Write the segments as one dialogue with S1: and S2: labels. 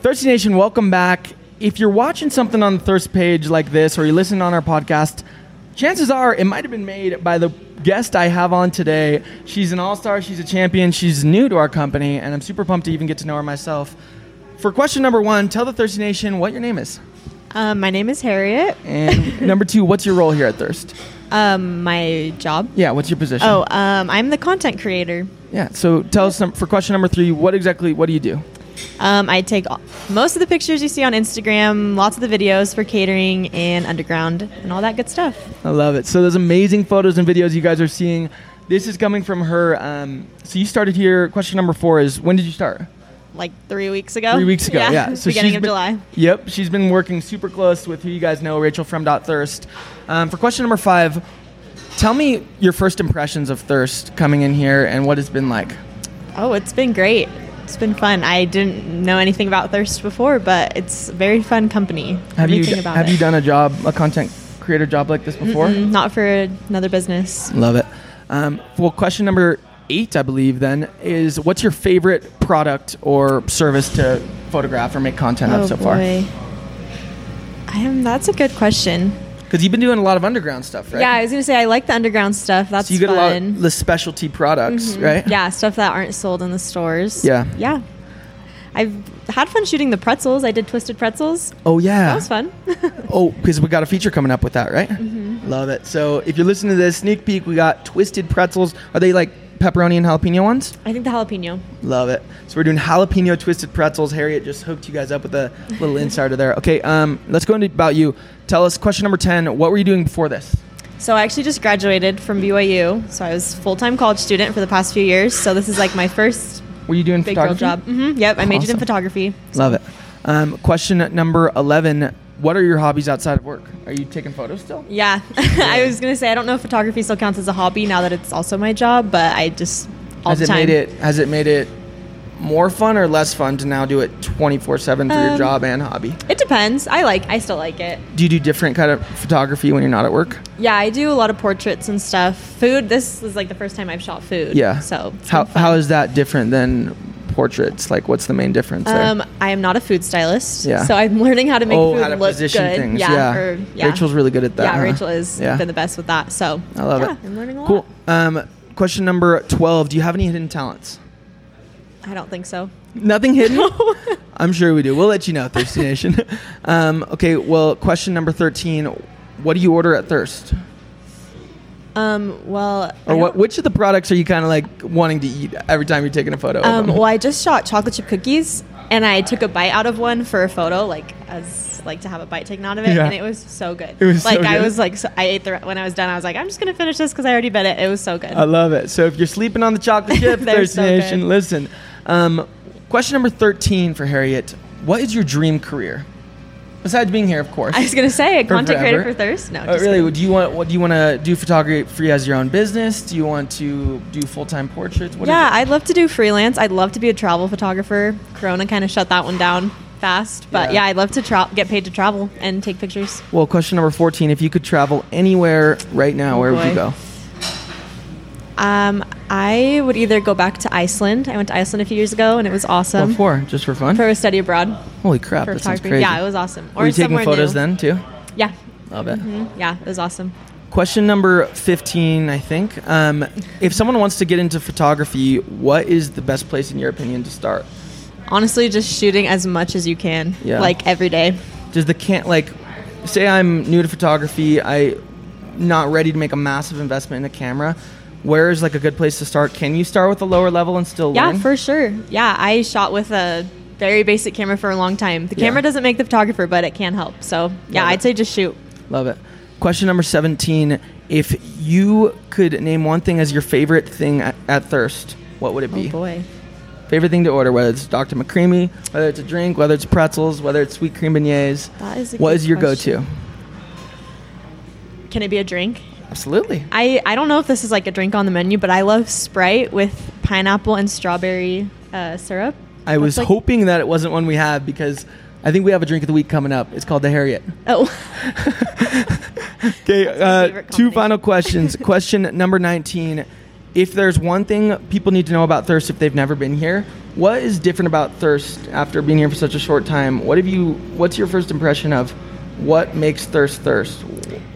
S1: Thirsty Nation, welcome back. If you're watching something on the Thirst page like this or you're listening on our podcast, chances are it might have been made by the guest I have on today. She's an all star, she's a champion, she's new to our company, and I'm super pumped to even get to know her myself. For question number one, tell the Thirsty Nation what your name is.
S2: Um, my name is Harriet.
S1: And number two, what's your role here at Thirst?
S2: Um, my job.
S1: Yeah, what's your position?
S2: Oh, um, I'm the content creator.
S1: Yeah, so tell us some, for question number three, what exactly, what do you do?
S2: Um, I take all- most of the pictures you see on Instagram, lots of the videos for catering and underground and all that good stuff.
S1: I love it. So those amazing photos and videos you guys are seeing, this is coming from her. Um, so you started here. Question number four is when did you start?
S2: Like three weeks ago.
S1: Three weeks ago. Yeah.
S2: Oh, beginning
S1: she's
S2: of
S1: been-
S2: July.
S1: Yep. She's been working super close with who you guys know, Rachel from Dot Thirst. Um, for question number five, tell me your first impressions of Thirst coming in here and what it's been like.
S2: Oh, it's been great. It's been fun. I didn't know anything about Thirst before, but it's very fun company.
S1: Have you
S2: Everything about
S1: have
S2: it.
S1: you done a job, a content creator job like this before?
S2: Mm, Not for another business.
S1: Love it. Um, well, question number eight, I believe, then is what's your favorite product or service to photograph or make content of so far?
S2: Oh, boy. I am. That's a good question.
S1: Because you've been doing a lot of underground stuff, right?
S2: Yeah, I was gonna say I like the underground stuff. That's
S1: So you get
S2: fun. Mm-hmm.
S1: a lot of the specialty products, right?
S2: Yeah, stuff that aren't sold in the stores.
S1: Yeah.
S2: Yeah. I've had fun shooting the pretzels. I did twisted pretzels.
S1: Oh yeah.
S2: That was fun.
S1: Oh, because we got a feature coming up with that, right?
S2: Mm-hmm.
S1: Love it. So if you're listening to this sneak peek, we got twisted pretzels. Are they like pepperoni and jalapeno ones?
S2: I think the jalapeno.
S1: Love it. So we're doing jalapeno twisted pretzels. Harriet just hooked you guys up with a little insider there. Okay, um, let's go into about you. Tell us question number ten. What were you doing before this?
S2: So I actually just graduated from BYU. So I was full-time college student for the past few years. So this is like my first
S1: Were you doing
S2: big girl
S1: photography?
S2: job. hmm Yep, I majored
S1: Awesome.
S2: in photography.
S1: Love it. Um, question number eleven. What are your hobbies outside of work? Are you taking photos still?
S2: Yeah. I was gonna say I don't know if photography still counts as a hobby now that it's also my job, but I just all
S1: has
S2: the
S1: it
S2: time.
S1: made it has it made it more fun or less fun to now do it 24/7 for your
S2: Um,
S1: job and hobby?
S2: It depends. I like. I still like it.
S1: Do you do different kind of photography when you're not at work?
S2: Yeah, I do a lot of portraits and stuff. Food. This is like the first time I've shot food.
S1: Yeah.
S2: So it's
S1: how
S2: been fun.
S1: how is that different than portraits? Like what's the main difference there?
S2: Um, I am not a food stylist.
S1: Yeah.
S2: So I'm learning how to make
S1: oh,
S2: food
S1: how to
S2: look
S1: position
S2: good.
S1: things.
S2: Yeah.
S1: Yeah.
S2: or- yeah.
S1: Rachel's really good at that.
S2: Yeah,
S1: huh?
S2: Rachel has
S1: Yeah.
S2: been the best with that. So
S1: I love
S2: yeah,
S1: it.
S2: I'm learning a
S1: Cool.
S2: lot.
S1: Um, question number 12, do you have any hidden talents?
S2: I don't think so.
S1: Nothing hidden? I'm sure we do. We'll let you know, Thirsty Nation. um, okay, well, question number 13, what do you order at Thirst?
S2: Um, well, I
S1: Or what,
S2: don't-
S1: which of the products are you kind of like wanting to eat every time you're taking a photo? of
S2: um,
S1: them?
S2: well, I just shot chocolate chip cookies, and I took a bite out of one for a photo, like as like to have a bite taken out of it,
S1: Yeah.
S2: and it was so good.
S1: It was so
S2: like I
S1: good.
S2: was like, so, I ate the when I was done, I was like, I'm just gonna finish this because I already bet it. It was so good.
S1: I love it. So if you're sleeping on the chocolate chip,
S2: They're
S1: Thirsty
S2: so
S1: Nation,
S2: good.
S1: listen. Um, question number 13 for Harriet. What is your dream career? Besides being here, of course.
S2: I was gonna say a
S1: For
S2: content creator
S1: forever.
S2: for Thirst. No,
S1: Uh,
S2: just
S1: really,
S2: kidding.
S1: do you want what do you want to do photography as your own business? Do you want to do full-time portraits? What is
S2: yeah,
S1: it?
S2: I'd love to do freelance. I'd love to be a travel photographer. Corona kind of shut that one down fast, but
S1: Yeah.
S2: yeah, I'd love to tra- get paid to travel and take pictures.
S1: Well, question number 14, if you could travel anywhere right now, where would you
S2: Oh, boy.
S1: go?
S2: Um, I would either go back to Iceland. I went to Iceland a few years ago, and it was
S1: What
S2: awesome
S1: for? Just for fun?
S2: Um, for a study abroad
S1: Holy crap,
S2: for
S1: that sounds
S2: photography.
S1: crazy.
S2: Yeah, it was awesome.
S1: Were you taking
S2: somewhere
S1: photos
S2: new.
S1: then too?
S2: Yeah,
S1: Love it.
S2: Mhm. yeah, it was awesome.
S1: Question number 15, I think. Um, if someone wants to get into photography, what is the best place, in your opinion, to start?
S2: Honestly, just shooting as much as you can,
S1: Yeah.
S2: like every day.
S1: Does the can't, like, say I'm new to photography, I not ready to make a massive investment in a camera. Where is like a good place to start? Can you start with a lower level and still
S2: Yeah,
S1: learn?
S2: for sure. Yeah, I shot with a very basic camera for a long time. The
S1: Yeah.
S2: camera doesn't make the photographer, but it can help. So yeah,
S1: Love it.
S2: I'd say just shoot.
S1: Love it. Question number 17. If you could name one thing as your favorite thing at, at Thirst, what would it be?
S2: Oh, boy.
S1: favorite thing to order, whether it's Dr. McCreamy, whether it's a drink, whether it's pretzels, whether it's sweet cream beignets.
S2: That is a
S1: what
S2: good
S1: is your
S2: question.
S1: go-to?
S2: Can it be a drink?
S1: Absolutely.
S2: I, I don't know if this is like a drink on the menu, but I love Sprite with pineapple and strawberry uh, syrup.
S1: I was
S2: like-
S1: hoping that it wasn't one we have because I think we have a drink of the week coming up. It's called the Harriet.
S2: Oh,
S1: Okay,
S2: my
S1: uh,
S2: favorite
S1: two
S2: combination.
S1: final questions. Question number 19. If there's one thing people need to know about Thirst if they've never been here, What is different about Thirst after being here for such a short time? What have you? What's your first impression of what makes Thirst Thirst?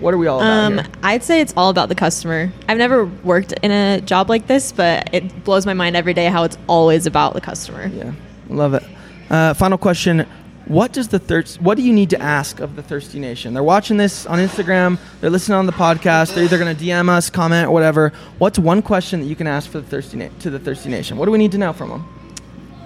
S1: What are we all about
S2: Um,
S1: here?
S2: I'd say it's all about the customer. I've never worked in a job like this, but it blows my mind every day how it's always about the customer.
S1: Yeah, love it. Uh, final question: What does the thirst? What do you need to ask of the thirsty nation? They're watching this on Instagram. They're listening on the podcast. They're either going to DM us, comment, or whatever. What's one question that you can ask for the thirsty na- to the thirsty nation? What do we need to know from them?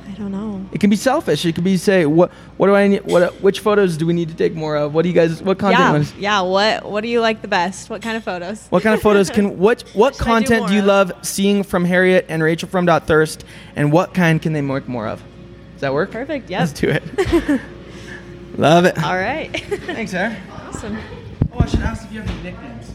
S2: I don't know.
S1: It can be selfish. It could be say, what What do I need? What Which photos do we need to take more of? What do you guys? What content?
S2: Yeah,
S1: ones-
S2: yeah. What What do you like the best? What kind of photos?
S1: What kind of photos can what what
S2: should I do
S1: content
S2: more
S1: do you
S2: of?
S1: love seeing from Harriet and Rachel from Dot Thirst, and what kind can they make more of? Does that work?
S2: Perfect.
S1: Let's
S2: Yep.
S1: do it. Love it.
S2: All right.
S1: Thanks, Harry.
S2: awesome.
S1: Oh, I should ask if you have any nicknames.